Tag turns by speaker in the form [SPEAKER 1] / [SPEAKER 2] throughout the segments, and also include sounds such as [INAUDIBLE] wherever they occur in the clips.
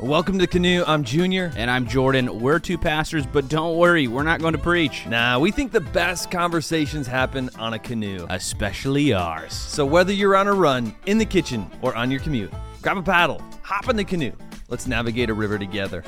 [SPEAKER 1] Welcome to Canoe. I'm Junior.
[SPEAKER 2] And I'm Jordan. We're two pastors, but don't worry, we're not going to preach,
[SPEAKER 1] Nah, we think the best conversations happen on a canoe.
[SPEAKER 2] especially ours.
[SPEAKER 1] So whether you're on a run, in the kitchen, or on your commute, grab a paddle, hop in the canoe. Let's navigate a river together.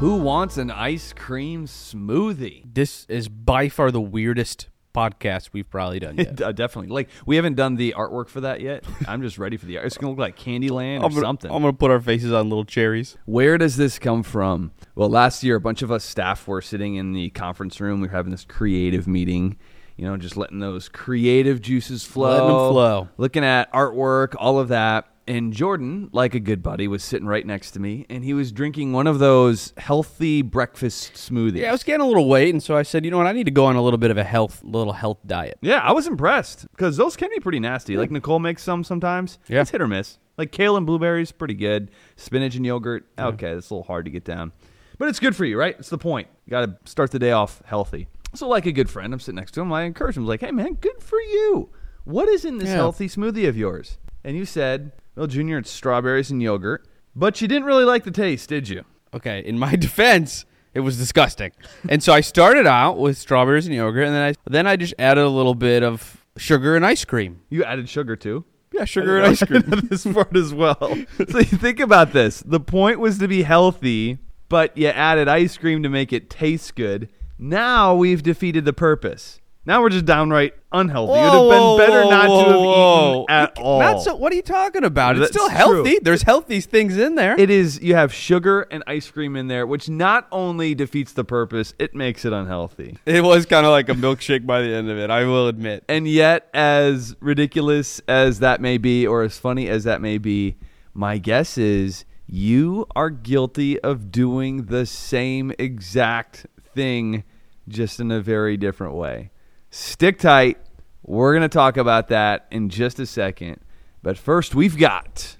[SPEAKER 3] Who wants an ice cream [LAUGHS] smoothie?
[SPEAKER 2] This is by far the weirdest podcast we've probably done yet.
[SPEAKER 3] D- Uh, definitely. Like we haven't done the artwork for
[SPEAKER 1] [LAUGHS]
[SPEAKER 3] that yet. I'm just ready for the art. It's gonna look like Candyland or
[SPEAKER 4] [LAUGHS] I'm gonna,
[SPEAKER 3] something.
[SPEAKER 4] I'm gonna put our faces on little cherries.
[SPEAKER 3] Where does this come from? Well, last year a bunch of us staff were sitting in the conference room. We were having this creative meeting. You know, just letting those creative juices flow.
[SPEAKER 2] Letting 'em flow.
[SPEAKER 3] Looking at artwork, all of that. And Jordan, like a good buddy, was sitting right next to me, and he was drinking one of those healthy breakfast smoothies.
[SPEAKER 4] Yeah, I was gaining a little weight, and so I said, you know what, I need to go on a little bit of a health, little health diet.
[SPEAKER 3] Yeah, I was impressed because those can be pretty nasty. Like Nicole makes some sometimes.
[SPEAKER 4] Yeah.
[SPEAKER 3] It's hit or miss. Like kale and blueberries, pretty good. Spinach and yogurt, okay, it's a little hard to get down. But it's good for you, right? It's the point. You got to start the day off healthy. So, like a good friend, I'm sitting next to him. I encourage him, like, hey, man, good for you. What is in this
[SPEAKER 4] Yeah.
[SPEAKER 3] healthy smoothie of yours? And you said, well, Junior, it's strawberries and yogurt. But you didn't really like the taste, did you?
[SPEAKER 4] Okay, in my [LAUGHS] defense, it was [LAUGHS] disgusting, and so I started out with strawberries and yogurt, and then I then I just added a little bit of sugar and ice cream.
[SPEAKER 3] You added sugar too.
[SPEAKER 4] Yeah,
[SPEAKER 3] [LAUGHS]
[SPEAKER 4] sugar and ice cream.
[SPEAKER 3] this part as well. So you think about this. The point was to be healthy, but you added ice cream to make it taste good. Now we've defeated the purpose. Now we're just downright unhealthy. it would have
[SPEAKER 4] Whoa,
[SPEAKER 3] been better
[SPEAKER 4] whoa,
[SPEAKER 3] not to have
[SPEAKER 4] whoa,
[SPEAKER 3] eaten
[SPEAKER 4] whoa.
[SPEAKER 3] at all.
[SPEAKER 4] Not so, what are you talking about? It's
[SPEAKER 3] That's
[SPEAKER 4] still
[SPEAKER 3] true.
[SPEAKER 4] healthy. There's healthy things in there.
[SPEAKER 3] it is you have sugar and ice cream in there, which not only defeats the purpose, it makes it unhealthy.
[SPEAKER 4] it was kind of like a milkshake by the end of it. I will admit.
[SPEAKER 3] And yet, as ridiculous as that may be, or as funny as that may be, my guess is you are guilty of doing the same exact thing, just in a very different way. Stick tight. We're going to talk about that in just a second. But first, we've got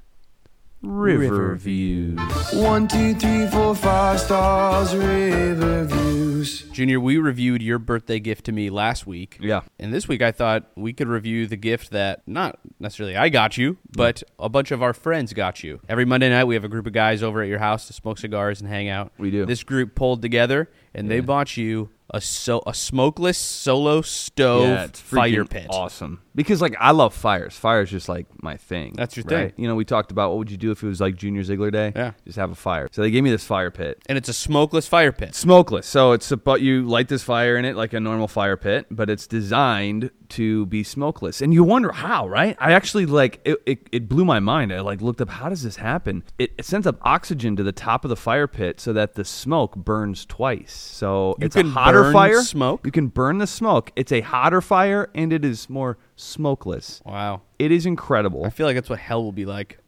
[SPEAKER 3] River Views.
[SPEAKER 5] One, two, three, four, five stars, river views.
[SPEAKER 4] Junior, we reviewed your birthday gift to me last week.
[SPEAKER 3] Yeah.
[SPEAKER 4] And this week I thought we could review the gift that not necessarily I got you, but a bunch of our friends got you. Every Monday night we have a group of guys over at your house to smoke cigars and hang out.
[SPEAKER 3] We do.
[SPEAKER 4] This group pulled together and they bought you a so a smokeless solo stove fire
[SPEAKER 3] freaking
[SPEAKER 4] pit.
[SPEAKER 3] Awesome. Because like I love fires. Fire's just like my thing.
[SPEAKER 4] That's your
[SPEAKER 3] right?
[SPEAKER 4] thing.
[SPEAKER 3] You know, we talked about what would you do if it was like Junior Ziegler Day?
[SPEAKER 4] Yeah.
[SPEAKER 3] Just have a fire. So they gave me this fire pit.
[SPEAKER 4] And it's a smokeless fire pit.
[SPEAKER 3] Smokeless. So it's about you light this fire in it like a normal fire pit, but it's designed to be smokeless. And you wonder how, right? I actually like it, it, it blew my mind. I like looked up how does this happen? It, it sends up oxygen to the top of the fire pit so that the smoke burns twice. So it's a
[SPEAKER 4] can
[SPEAKER 3] hotter
[SPEAKER 4] burn
[SPEAKER 3] fire.
[SPEAKER 4] smoke?
[SPEAKER 3] You can burn the smoke. It's a hotter fire and it is more smokeless.
[SPEAKER 4] Wow.
[SPEAKER 3] It is
[SPEAKER 4] I
[SPEAKER 3] incredible.
[SPEAKER 4] feel like that's what hell will be like.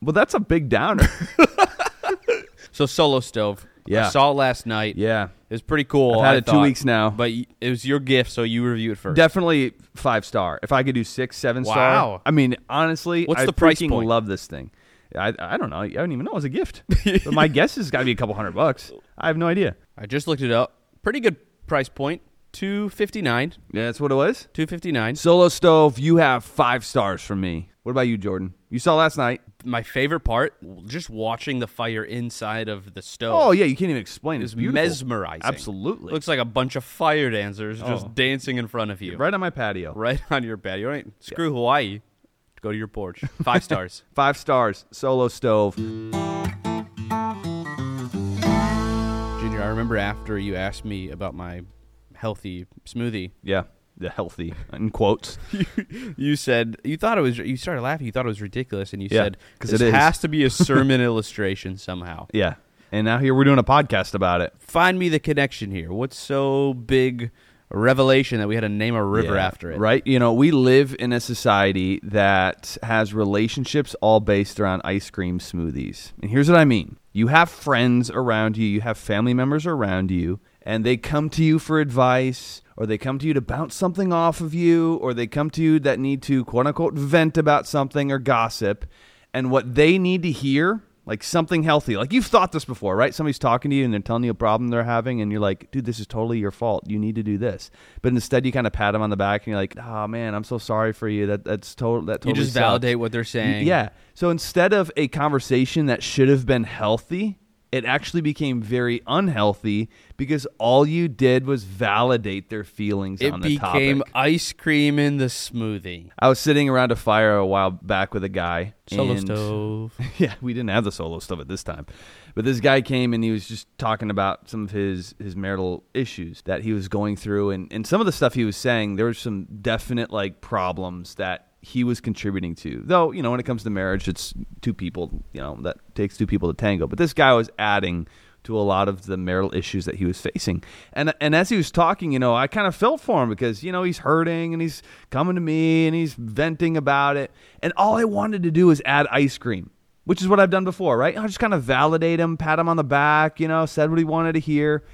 [SPEAKER 3] Well, that's a big
[SPEAKER 4] [LAUGHS]
[SPEAKER 3] downer.
[SPEAKER 4] So solo stove.
[SPEAKER 3] Yeah.
[SPEAKER 4] I saw it last night.
[SPEAKER 3] yeah.
[SPEAKER 4] It was pretty cool.
[SPEAKER 3] I've had
[SPEAKER 4] I
[SPEAKER 3] it two
[SPEAKER 4] thought.
[SPEAKER 3] weeks now.
[SPEAKER 4] But y- it was your gift, so you review it first.
[SPEAKER 3] Definitely five star. If I could do six, seven star.
[SPEAKER 4] Wow.
[SPEAKER 3] I mean, honestly,
[SPEAKER 4] What's
[SPEAKER 3] I
[SPEAKER 4] the price
[SPEAKER 3] freaking
[SPEAKER 4] point?
[SPEAKER 3] love this thing. I, I don't know. I don't even know. It's a
[SPEAKER 4] [LAUGHS]
[SPEAKER 3] gift. but my guess is it's got to be a couple hundred bucks. I have no idea.
[SPEAKER 4] I just looked it up. Pretty good price point. Two fifty nine.
[SPEAKER 3] Yeah, that's what it was.
[SPEAKER 4] Two fifty nine.
[SPEAKER 3] Solo stove, you have five stars from me. What about you, Jordan? You saw last night.
[SPEAKER 4] My favorite part, just watching the fire inside of the stove.
[SPEAKER 3] Oh yeah, you can't even explain. It's
[SPEAKER 4] It's
[SPEAKER 3] beautiful.
[SPEAKER 4] mesmerizing.
[SPEAKER 3] Absolutely.
[SPEAKER 4] Looks like a bunch of fire dancers
[SPEAKER 3] Oh.
[SPEAKER 4] just dancing in front of you.
[SPEAKER 3] right on my patio.
[SPEAKER 4] Right [LAUGHS] on your patio. Right. Screw Hawaii. Go to your porch. Five [LAUGHS] stars.
[SPEAKER 3] Five stars. Solo stove.
[SPEAKER 4] Junior, I remember after you asked me about my healthy smoothie,
[SPEAKER 3] Yeah, the healthy in quotes.
[SPEAKER 4] [LAUGHS] you said you thought it was you started laughing, you thought it was ridiculous, and you
[SPEAKER 3] Yeah,
[SPEAKER 4] said
[SPEAKER 3] 'cause
[SPEAKER 4] this
[SPEAKER 3] it is."
[SPEAKER 4] has to be [LAUGHS] a sermon illustration somehow.
[SPEAKER 3] yeah, and now here we're doing a podcast about it.
[SPEAKER 4] find me the connection here. What's so big a revelation that we had to name a river
[SPEAKER 3] Yeah,
[SPEAKER 4] after it?
[SPEAKER 3] Right? You know, we live in a society that has relationships all based around ice cream smoothies. And here's what I mean you have friends around you, you have family members around you, and they come to you for advice. Or they come to you to bounce something off of you, or they come to you that need to quote unquote vent about something or gossip. And what they need to hear like something healthy. Like you've thought this before, right? Somebody's talking to you and they're telling you a problem they're having, and you're like, dude, this is totally your fault. You need to do this. But instead, you kind of pat them on the back and you're like, oh man, I'm so sorry for you. That that's total. That totally
[SPEAKER 4] you just
[SPEAKER 3] sucks."
[SPEAKER 4] validate what they're saying.
[SPEAKER 3] Yeah. So instead of a conversation that should have been healthy, it actually became very unhealthy because all you did was validate their feelings
[SPEAKER 4] It
[SPEAKER 3] on the
[SPEAKER 4] became
[SPEAKER 3] topic.
[SPEAKER 4] ice cream in the smoothie.
[SPEAKER 3] I was sitting around a fire a while back with a guy.
[SPEAKER 4] Solo
[SPEAKER 3] and-
[SPEAKER 4] stove.
[SPEAKER 3] [LAUGHS] yeah, we didn't have the solo stuff at this time. But this guy came and he was just talking about some of his his marital issues that he was going through and, and some of the stuff he was saying, there was some definite like problems that he was contributing to. Though, you know, when it comes to marriage, it's two people, you know, that takes two people to tango. But this guy was adding to a lot of the marital issues that he was facing. And and as he was talking, you know, I kind of felt for him because you know he's hurting and he's coming to me and he's venting about it. And all I wanted to do was add ice cream, which is what I've done before, right? I just kind of validate him, pat him on the back, you know, said what he wanted to hear.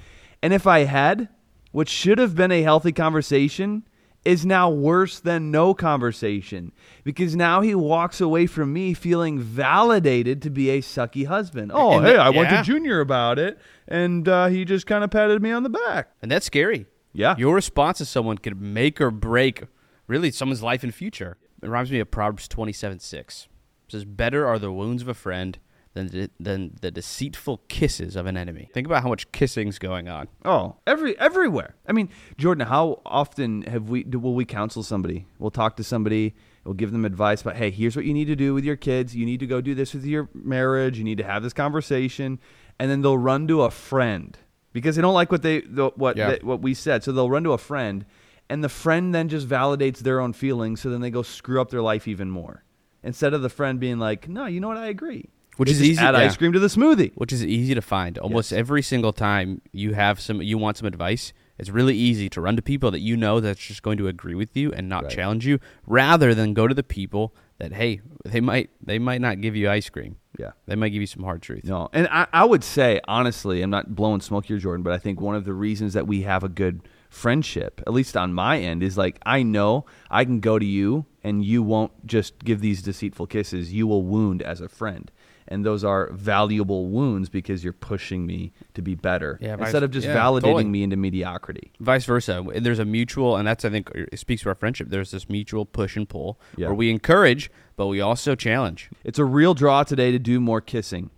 [SPEAKER 3] And if I had, what should have been a healthy conversation is now worse than no conversation because now he walks away from me feeling validated to be a sucky husband. Oh,
[SPEAKER 4] And
[SPEAKER 3] hey,
[SPEAKER 4] the-
[SPEAKER 3] I went to
[SPEAKER 4] yeah.
[SPEAKER 3] Junior about it, and uh, he just kind of patted me on the back.
[SPEAKER 4] And that's scary.
[SPEAKER 3] Yeah.
[SPEAKER 4] Your response to someone could make or break really someone's life and future. It reminds me of Proverbs 27 6. It says, Better are the wounds of a friend than the, than the deceitful kisses of an enemy. Think about how much kissing's going on.
[SPEAKER 3] Oh, every everywhere. I mean, Jordan, how often have we do, will we counsel somebody? We'll talk to somebody. We'll give them advice about, hey, here's what you need to do with your kids. You need to go do this with your marriage. You need to have this conversation, and then they'll run to a friend because they don't like what they the, what
[SPEAKER 4] Yeah.
[SPEAKER 3] they- what we said. So they'll run to a friend, and the friend then just validates their own feelings. So then they go screw up their life even more. Instead of the friend being like, no, you know what, I agree.
[SPEAKER 4] Which
[SPEAKER 3] They
[SPEAKER 4] is
[SPEAKER 3] just
[SPEAKER 4] easy-
[SPEAKER 3] Add
[SPEAKER 4] yeah.
[SPEAKER 3] ice cream to the smoothie.
[SPEAKER 4] which is easy to find. Almost every single time you have some, you want some advice. It's really easy to run to people that you know that's just going to agree with you and not challenge you, rather than go to the people that hey, they might they might not give you ice cream.
[SPEAKER 3] Yeah.
[SPEAKER 4] they might give you some hard truth.
[SPEAKER 3] No, and I, I would say honestly, I'm not blowing smoke here, Jordan, but I think one of the reasons that we have a good friendship, at least on my end, is like I know I can go to you and you won't just give these deceitful kisses. You will wound as a friend, and those are valuable wounds because you're pushing me to be better
[SPEAKER 4] Yeah, vice-
[SPEAKER 3] instead of just
[SPEAKER 4] yeah,
[SPEAKER 3] validating
[SPEAKER 4] totally.
[SPEAKER 3] me into mediocrity.
[SPEAKER 4] Vice versa, and there's a mutual, and that's I think uh, it speaks to our friendship. There's this mutual push and pull
[SPEAKER 3] Yeah.
[SPEAKER 4] where we encourage, but we also challenge.
[SPEAKER 3] It's a real draw today to do more kissing.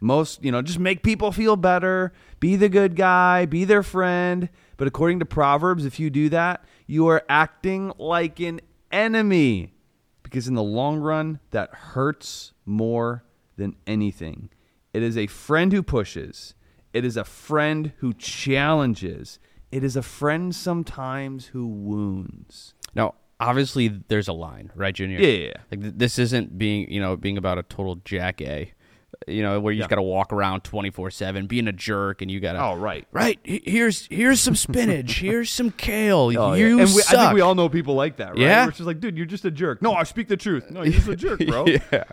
[SPEAKER 3] Most, you know, just make people feel better, be the good guy, be their friend. But according to Proverbs, if you do that, you are acting like an enemy because in the long run, that hurts more than anything. It is a friend who pushes, it is a friend who challenges, it is a friend sometimes who wounds.
[SPEAKER 4] Now, obviously, there's a line, right, Junior?
[SPEAKER 3] Yeah, yeah, yeah.
[SPEAKER 4] Like th- this isn't being, you know, being about a total jack a, uh, you know, where you just got to walk around twenty four seven, being a jerk, and you got to.
[SPEAKER 3] Oh, right.
[SPEAKER 4] Right. he- Here's here's some spinach.
[SPEAKER 3] [LAUGHS]
[SPEAKER 4] here's some kale.
[SPEAKER 3] Oh, yeah.
[SPEAKER 4] you
[SPEAKER 3] and we,
[SPEAKER 4] suck.
[SPEAKER 3] I think we all know people like that, right?
[SPEAKER 4] Yeah.
[SPEAKER 3] Where it's just like, dude, you're just a jerk. No, I speak the truth. No, you're just a
[SPEAKER 4] [LAUGHS]
[SPEAKER 3] jerk, bro.
[SPEAKER 4] yeah.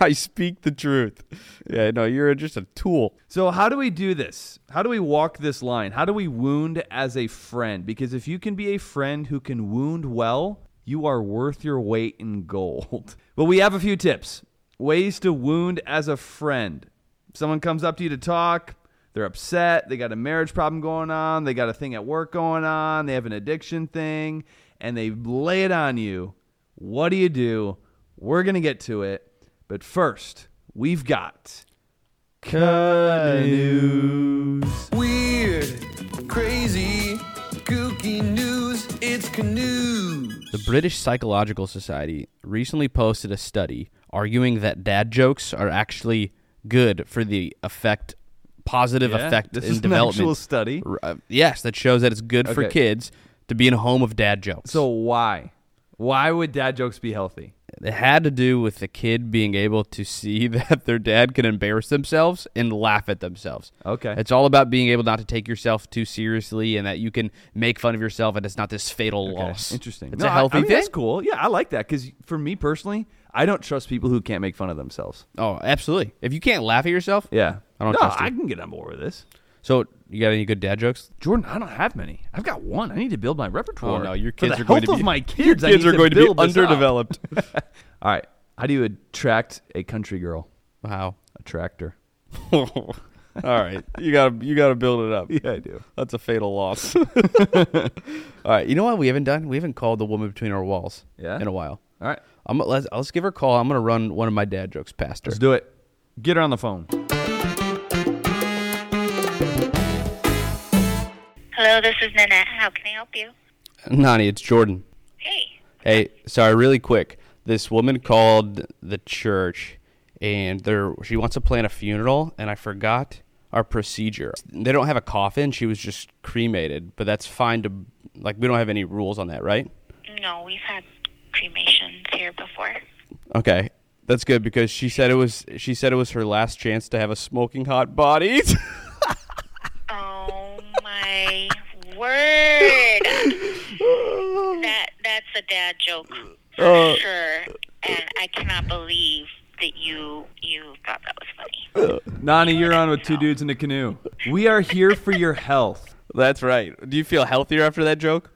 [SPEAKER 4] I speak the truth. Yeah. No, you're just a tool.
[SPEAKER 3] So how do we do this? How do we walk this line? How do we wound as a friend? Because if you can be a friend who can wound well, you are worth your weight in gold. [LAUGHS] But we have a few tips. Ways to wound as a friend. Someone comes up to you to talk, they're upset, they got a marriage problem going on, they got a thing at work going on, they have an addiction thing, and they lay it on you. What do you do? We're going to get to it. But first, we've got Canoes.
[SPEAKER 5] Weird, crazy, kooky news. It's canoes.
[SPEAKER 4] The British Psychological Society recently posted a study arguing that dad jokes are actually good for the effect, positive
[SPEAKER 3] Yeah,
[SPEAKER 4] effect
[SPEAKER 3] this
[SPEAKER 4] in
[SPEAKER 3] is an
[SPEAKER 4] development.
[SPEAKER 3] actual study?
[SPEAKER 4] R- uh, yes, that shows that it's good for
[SPEAKER 3] Okay.
[SPEAKER 4] kids to be in a home of dad jokes.
[SPEAKER 3] So why? Why would dad jokes be healthy?
[SPEAKER 4] it had to do with the kid being able to see [LAUGHS] that their dad can embarrass themselves and laugh at themselves.
[SPEAKER 3] Okay.
[SPEAKER 4] It's all about being able not to take yourself too seriously and that you can make fun of yourself and it's not this fatal loss.
[SPEAKER 3] Interesting.
[SPEAKER 4] It's
[SPEAKER 3] No,
[SPEAKER 4] a
[SPEAKER 3] I-
[SPEAKER 4] healthy
[SPEAKER 3] I mean,
[SPEAKER 4] thing.
[SPEAKER 3] That's cool. Yeah, I like that because for me personally, I don't trust people who can't make fun of themselves.
[SPEAKER 4] Oh, absolutely. If you can't laugh at yourself,
[SPEAKER 3] Yeah,
[SPEAKER 4] I don't
[SPEAKER 3] No,
[SPEAKER 4] trust you.
[SPEAKER 3] I can get on board with this.
[SPEAKER 4] So you got any good dad jokes?
[SPEAKER 3] Jordan, I don't have many. I've got one. I need to build my repertoire.
[SPEAKER 4] Oh, no, your
[SPEAKER 3] For the
[SPEAKER 4] kids are going
[SPEAKER 3] health
[SPEAKER 4] to
[SPEAKER 3] of
[SPEAKER 4] be-
[SPEAKER 3] my
[SPEAKER 4] [LAUGHS] Your
[SPEAKER 3] kids. I
[SPEAKER 4] kids
[SPEAKER 3] need
[SPEAKER 4] are going to
[SPEAKER 3] [LAUGHS]
[SPEAKER 4] be [LAUGHS]
[SPEAKER 3] build this up.
[SPEAKER 4] underdeveloped.
[SPEAKER 3] All right. How do you attract a country girl?
[SPEAKER 4] Wow.
[SPEAKER 3] A tractor.
[SPEAKER 4] [LAUGHS] All right, you gotta you gotta build it up.
[SPEAKER 3] Yeah, I do.
[SPEAKER 4] That's a fatal loss. [LAUGHS] All right, you know what we haven't done? We haven't called the woman between our walls.
[SPEAKER 3] Yeah?
[SPEAKER 4] in a while.
[SPEAKER 3] All right,
[SPEAKER 4] I'm let's let's give her a call. I'm gonna run one of my dad jokes past her.
[SPEAKER 3] let's do it. Get her on the phone.
[SPEAKER 6] Hello, this is Nanette. How can I help you?
[SPEAKER 4] Nani, it's Jordan.
[SPEAKER 6] Hey.
[SPEAKER 4] Hey, sorry, really quick. This woman called the church, and they're she wants to plan a funeral, and I forgot our procedure. They don't have a coffin; she was just cremated, but that's fine to like. We don't have any rules on that, right?
[SPEAKER 6] No, we've had cremations here before.
[SPEAKER 4] Okay, that's good because she said it was she said it was her last chance to have a smoking hot body. [LAUGHS]
[SPEAKER 6] Oh my word. That that's a dad joke for sure. And I cannot believe that you you thought that was funny.
[SPEAKER 3] Nani, you're on with two dudes in a canoe. We are here for your health.
[SPEAKER 4] that's right. Do you feel healthier after that joke?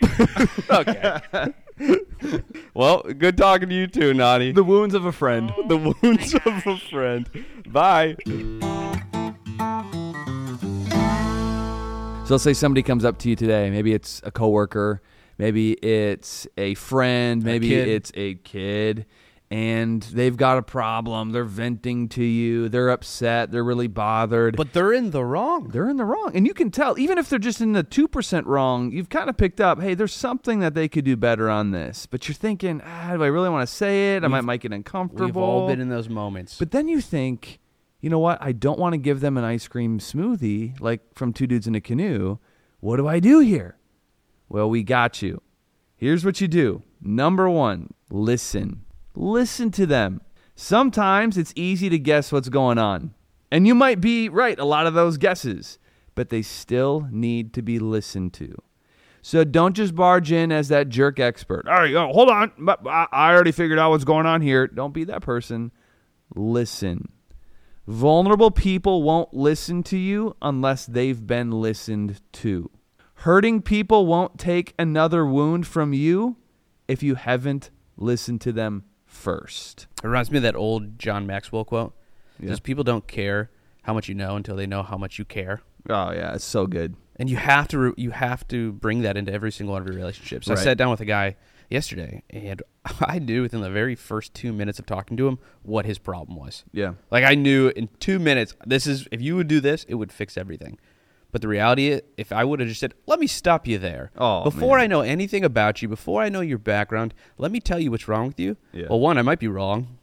[SPEAKER 6] No.
[SPEAKER 4] Okay. well, good talking to you too, Nani.
[SPEAKER 3] The wounds of a friend.
[SPEAKER 4] the wounds of a friend. Bye.
[SPEAKER 3] So let's say somebody comes up to you today. Maybe it's a coworker, maybe it's a friend, maybe
[SPEAKER 2] kid.
[SPEAKER 3] it's a kid, and they've got a problem. They're venting to you. They're upset. They're really bothered.
[SPEAKER 2] But they're in the wrong.
[SPEAKER 3] they're in the wrong, and you can tell. Even if they're just in the two percent wrong, you've kind of picked up. Hey, there's something that they could do better on this. But you're thinking, ah, do I really want to say it? I might make it uncomfortable.
[SPEAKER 2] We've all been in those moments.
[SPEAKER 3] But then you think, you know what? I don't want to give them an ice cream smoothie like from Two Dudes in a Canoe. What do I do here? Well, we got you. Here's what you do. Number one, listen. Listen to them. Sometimes it's easy to guess what's going on. And you might be right, a lot of those guesses, but they still need to be listened to. So don't just barge in as that jerk expert. All right, oh, hold on. But I I already figured out what's going on here. Don't be that person. Listen. Vulnerable people won't listen to you unless they've been listened to. Hurting people won't take another wound from you if you haven't listened to them first.
[SPEAKER 4] It reminds me of that old John Maxwell quote. It Says people don't care how much you know until they know how much you care.
[SPEAKER 3] Oh, yeah, it's so good.
[SPEAKER 4] And you have to re- you have to bring that into every single one of your relationships. I
[SPEAKER 3] Right.
[SPEAKER 4] sat down with a guy yesterday, and [LAUGHS] I knew within the very first two minutes of talking to him what his problem was.
[SPEAKER 3] Yeah.
[SPEAKER 4] like I knew in two minutes. This is if you would do this, it would fix everything. But the reality, i- if I would have just said, "Let me stop you there,"
[SPEAKER 3] Oh,
[SPEAKER 4] before
[SPEAKER 3] man.
[SPEAKER 4] I know anything about you, before I know your background, let me tell you what's wrong with you.
[SPEAKER 3] Yeah.
[SPEAKER 4] Well, one, I might be wrong,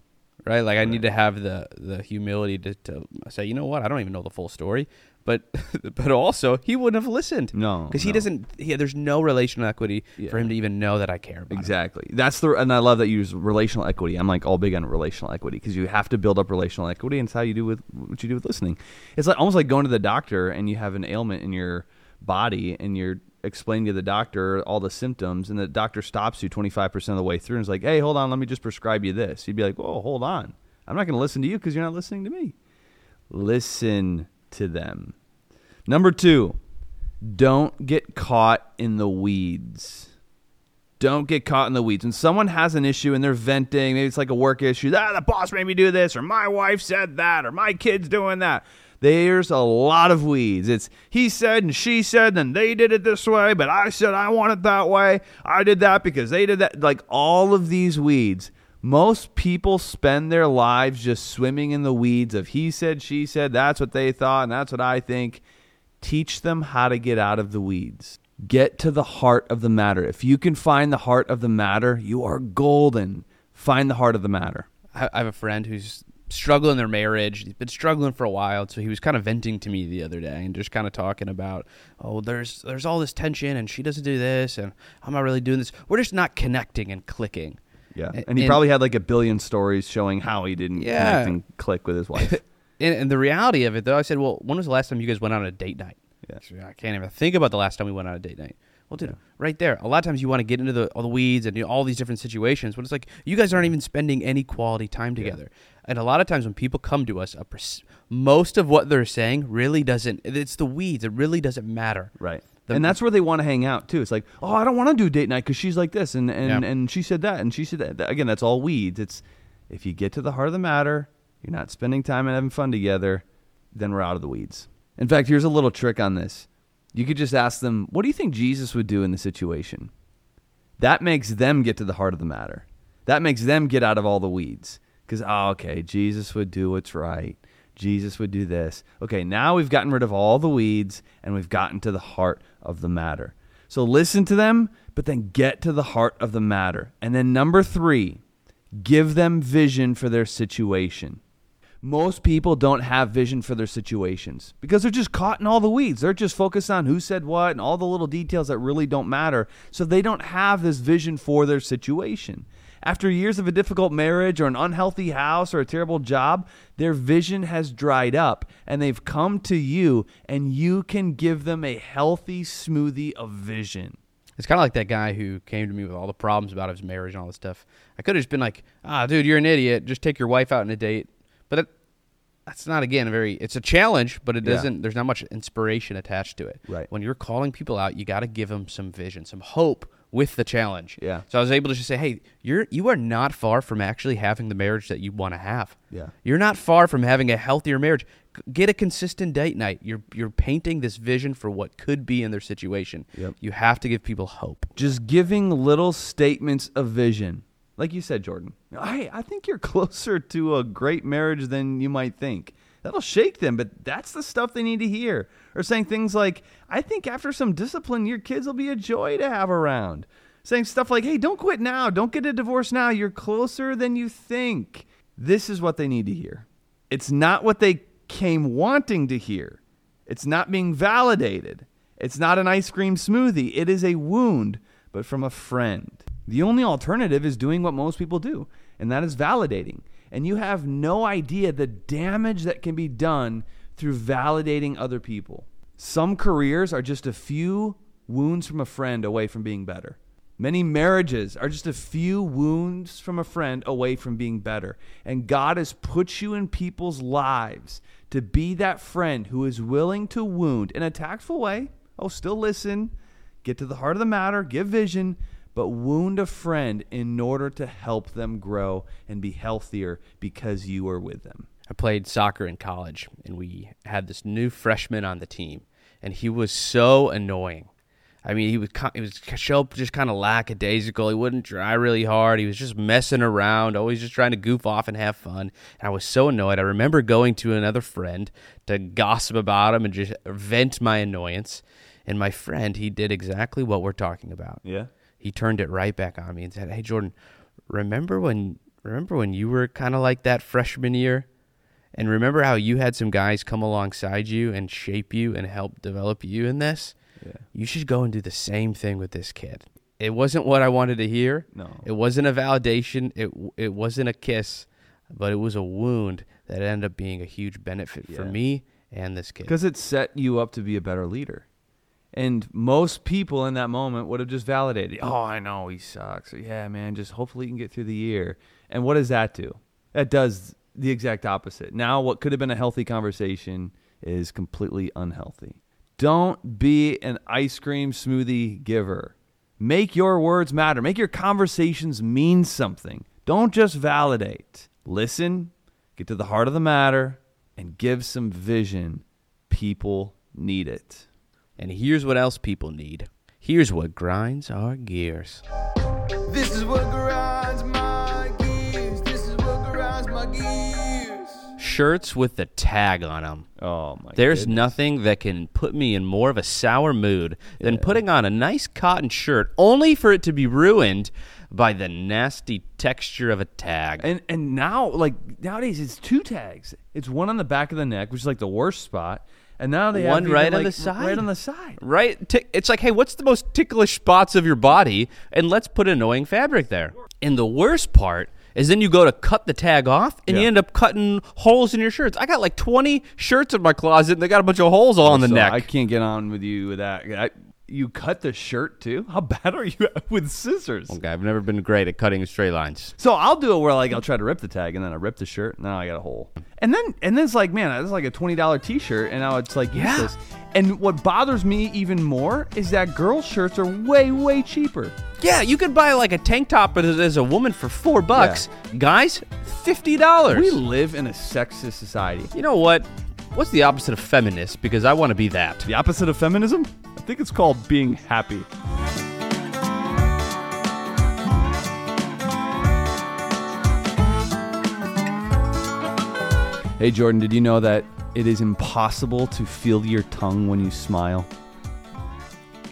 [SPEAKER 4] right? Like I need to have the the humility to, to say, you know what, I don't even know the full story. But [LAUGHS] but also, he wouldn't have listened.
[SPEAKER 3] No,
[SPEAKER 4] because he
[SPEAKER 3] no.
[SPEAKER 4] doesn't. He, there's no relational equity
[SPEAKER 3] Yeah.
[SPEAKER 4] for him to even know that I care about. him.
[SPEAKER 3] Exactly. That's the and I love that you use relational equity. I'm like all big on relational equity because you have to build up relational equity, and it's how you do with what you do with listening. It's like almost like going to the doctor and you have an ailment in your body, and you're explaining to the doctor all the symptoms, and the doctor stops you 25 percent of the way through and is like, "Hey, hold on, let me just prescribe you this." You'd be like, "Whoa, hold on, I'm not going to listen to you because you're not listening to me." Listen to them. Number two, don't get caught in the weeds. Don't get caught in the weeds. When someone has an issue and they're venting, maybe it's like a work issue. Ah, the boss made me do this, or my wife said that, or my kid's doing that. There's a lot of weeds. It's he said and she said, and they did it this way, but I said I want it that way. I did that because they did that. Like all of these weeds. Most people spend their lives just swimming in the weeds of he said, she said, that's what they thought, and that's what I think teach them how to get out of the weeds. Get to the heart of the matter. If you can find the heart of the matter, you are golden. Find the heart of the matter.
[SPEAKER 4] I I have a friend who's struggling in their marriage. He's been struggling for a while, so he was kind of venting to me the other day and just kind of talking about, oh, there's there's all this tension, and she doesn't do this, and I'm not really doing this. We're just not connecting and clicking.
[SPEAKER 3] Yeah.
[SPEAKER 4] A-
[SPEAKER 3] And he probably had like a billion stories showing how he didn't
[SPEAKER 4] Yeah.
[SPEAKER 3] connect and click with his wife.
[SPEAKER 4] And, and the reality of it, though, I said, well, when was the last time you guys went out on a date night?
[SPEAKER 3] Yeah.
[SPEAKER 4] She said, I can't even think about the last time we went on a date night. Well, dude, right there. A lot of times you want to get into the, all the weeds and you know, all these different situations, but it's like you guys aren't even spending any quality time together. And a lot of times when people come to us, a pers- most of what they're saying really doesn't. It's the weeds. It really doesn't matter.
[SPEAKER 3] Right.
[SPEAKER 4] The-
[SPEAKER 3] and that's where they want to hang out too. It's like, oh, I don't want to do date night because she's like this, and and,
[SPEAKER 4] Yeah.
[SPEAKER 3] and she said that, and she said that. Again, that's all weeds. It's If you get to the heart of the matter, you're not spending time and having fun together, then we're out of the weeds. In fact, here's a little trick on this. You could just ask them, what do you think Jesus would do in the situation? That makes them get to the heart of the matter. That makes them get out of all the weeds. Because, oh, okay, Jesus would do what's right. Jesus would do this. Okay, now we've gotten rid of all the weeds and we've gotten to the heart of the matter. So listen to them, but then get to the heart of the matter. And then, number three, give them vision for their situation. Most people don't have vision for their situations because they're just caught in all the weeds. They're just focused on who said what and all the little details that really don't matter. So they don't have this vision for their situation. After years of a difficult marriage or an unhealthy house or a terrible job, their vision has dried up and they've come to you and you can give them a healthy smoothie of vision.
[SPEAKER 4] It's kind of like that guy who came to me with all the problems about his marriage and all this stuff. I could have just been like, "Ah, dude, you're an idiot. Just take your wife out on a date." But that, that's not again a very. It's a challenge, but it
[SPEAKER 3] Yeah.
[SPEAKER 4] doesn't. There's not much inspiration attached to it.
[SPEAKER 3] Right.
[SPEAKER 4] When you're calling people out, you got to give them some vision, some hope with the challenge.
[SPEAKER 3] Yeah.
[SPEAKER 4] So I was able to just say, "Hey, you're you are not far from actually having the marriage that you want to have.
[SPEAKER 3] Yeah.
[SPEAKER 4] You're not far from having a healthier marriage. G- Get a consistent date night. You're you're painting this vision for what could be in their situation.
[SPEAKER 3] Yep.
[SPEAKER 4] You have to give people hope.
[SPEAKER 3] Just giving little statements of vision. Like you said, Jordan, I, I think you're [LAUGHS] closer to a great marriage than you might think. That'll shake them, but that's the stuff they need to hear. Or saying things like, I think after some discipline, your kids will be a joy to have around. Saying stuff like, hey, don't quit now. Don't get a divorce now. You're closer than you think. This is what they need to hear. It's not what they came wanting to hear. It's not being validated. It's not an ice cream smoothie. It is a wound, but from a friend. The only alternative is doing what most people do, and that is validating. And you have no idea the damage that can be done through validating other people. Some careers are just a few wounds from a friend away from being better. Many marriages are just a few wounds from a friend away from being better. And God has put you in people's lives to be that friend who is willing to wound in a tactful way. Oh, still listen, get to the heart of the matter, give vision, but wound a friend in order to help them grow and be healthier because you are with them.
[SPEAKER 4] I played soccer in college, and we had this new freshman on the team, and he was so annoying. I mean, he was ki- he was k- show up just kind of lackadaisical. He wouldn't try really hard. He was just messing around, always just trying to goof off and have fun. And I was so annoyed. I remember going to another friend to gossip about him and just vent my annoyance. And my friend, he did exactly what we're talking about.
[SPEAKER 3] Yeah.
[SPEAKER 4] he turned it right back on me and said, "Hey Jordan, remember when remember when you were kind of like that freshman year? And remember how you had some guys come alongside you and shape you and help develop you in this? Yeah. You should go and do the same thing with this kid." It wasn't what I wanted to hear.
[SPEAKER 3] No.
[SPEAKER 4] It wasn't a validation. It it wasn't a kiss, but it was a wound that ended up being a huge benefit for
[SPEAKER 3] Yeah.
[SPEAKER 4] me and this kid.
[SPEAKER 3] Because it set you up to be a better leader. And most people in that moment would have just validated, oh, I know he sucks. Yeah, man, just hopefully he can get through the year. And what does that do? That does the exact opposite. Now, what could have been a healthy conversation is completely unhealthy. Don't be an ice cream smoothie giver. Make your words matter, make your conversations mean something. Don't just validate. Listen, get to the heart of the matter, and give some vision. People need it.
[SPEAKER 4] And here's what else people need. Here's what grinds our gears.
[SPEAKER 5] This is what grinds my gears. This is what grinds my gears.
[SPEAKER 4] shirts with the tag on them.
[SPEAKER 3] Oh my
[SPEAKER 4] There's nothing that can put me in more of a sour mood than putting on a nice cotton shirt only for it to be ruined by the nasty texture of a tag.
[SPEAKER 3] And and now like nowadays it's two tags. It's one on the back of the neck, which is like the worst spot, and now they have
[SPEAKER 4] One
[SPEAKER 3] even,
[SPEAKER 4] right on
[SPEAKER 3] like,
[SPEAKER 4] the
[SPEAKER 3] r-
[SPEAKER 4] side.
[SPEAKER 3] Right on the side.
[SPEAKER 4] right? Tick it's like, hey, what's the most ticklish spots of your body? And let's put annoying fabric there. And the worst part is then you go to cut the tag off and you
[SPEAKER 3] Yeah.
[SPEAKER 4] end up cutting holes in your shirts. I got like 20 shirts in my closet and they got a bunch of holes all on the
[SPEAKER 3] So
[SPEAKER 4] neck.
[SPEAKER 3] I can't get on with you with that. I, you cut the shirt too? How [LAUGHS] bad are you at- with scissors?
[SPEAKER 4] Okay, I've never been great at cutting straight lines.
[SPEAKER 3] So I'll do it where like I'll try to rip the tag and then I rip the shirt and now I got a hole. And then and then it's like man, that's like a twenty dollar t shirt and now it's like yeah. This. And what bothers me even more is that girls' shirts are way way cheaper.
[SPEAKER 4] Yeah, you could buy like a tank top as, as a woman for four bucks. Guys, fifty dollars.
[SPEAKER 3] We live in a sexist society.
[SPEAKER 4] You know what? What's the opposite of feminist? Because I want to be that.
[SPEAKER 3] The opposite of feminism? I think it's called being happy. Hey Jordan, did you know that it is impossible to feel your tongue when you smile?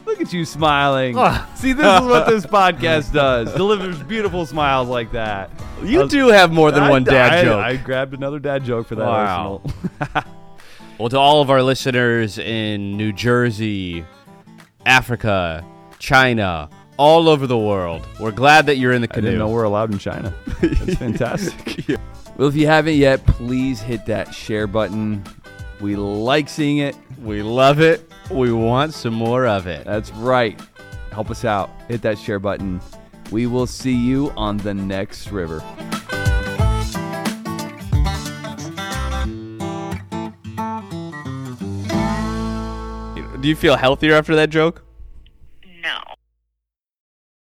[SPEAKER 3] Look at you smiling. See, this is what [LAUGHS] this podcast does. Delivers beautiful smiles like that. I
[SPEAKER 4] You
[SPEAKER 3] was-
[SPEAKER 4] do have more than
[SPEAKER 3] I-
[SPEAKER 4] one dad
[SPEAKER 3] I-
[SPEAKER 4] joke.
[SPEAKER 3] I grabbed another dad joke for that
[SPEAKER 4] Wow.
[SPEAKER 3] arsenal.
[SPEAKER 4] Well, to all of our listeners in New Jersey, Africa, China, all over the world, we're glad that you're in the
[SPEAKER 3] I didn't know
[SPEAKER 4] canoe.
[SPEAKER 3] we're allowed in China. [LAUGHS] That's fantastic. Well, if you haven't yet, please hit that share button. We like seeing it.
[SPEAKER 4] We love it. We want some more of it.
[SPEAKER 3] That's right. Help us out. Hit that share button. We will see you on the next river.
[SPEAKER 4] Do you feel healthier after that joke?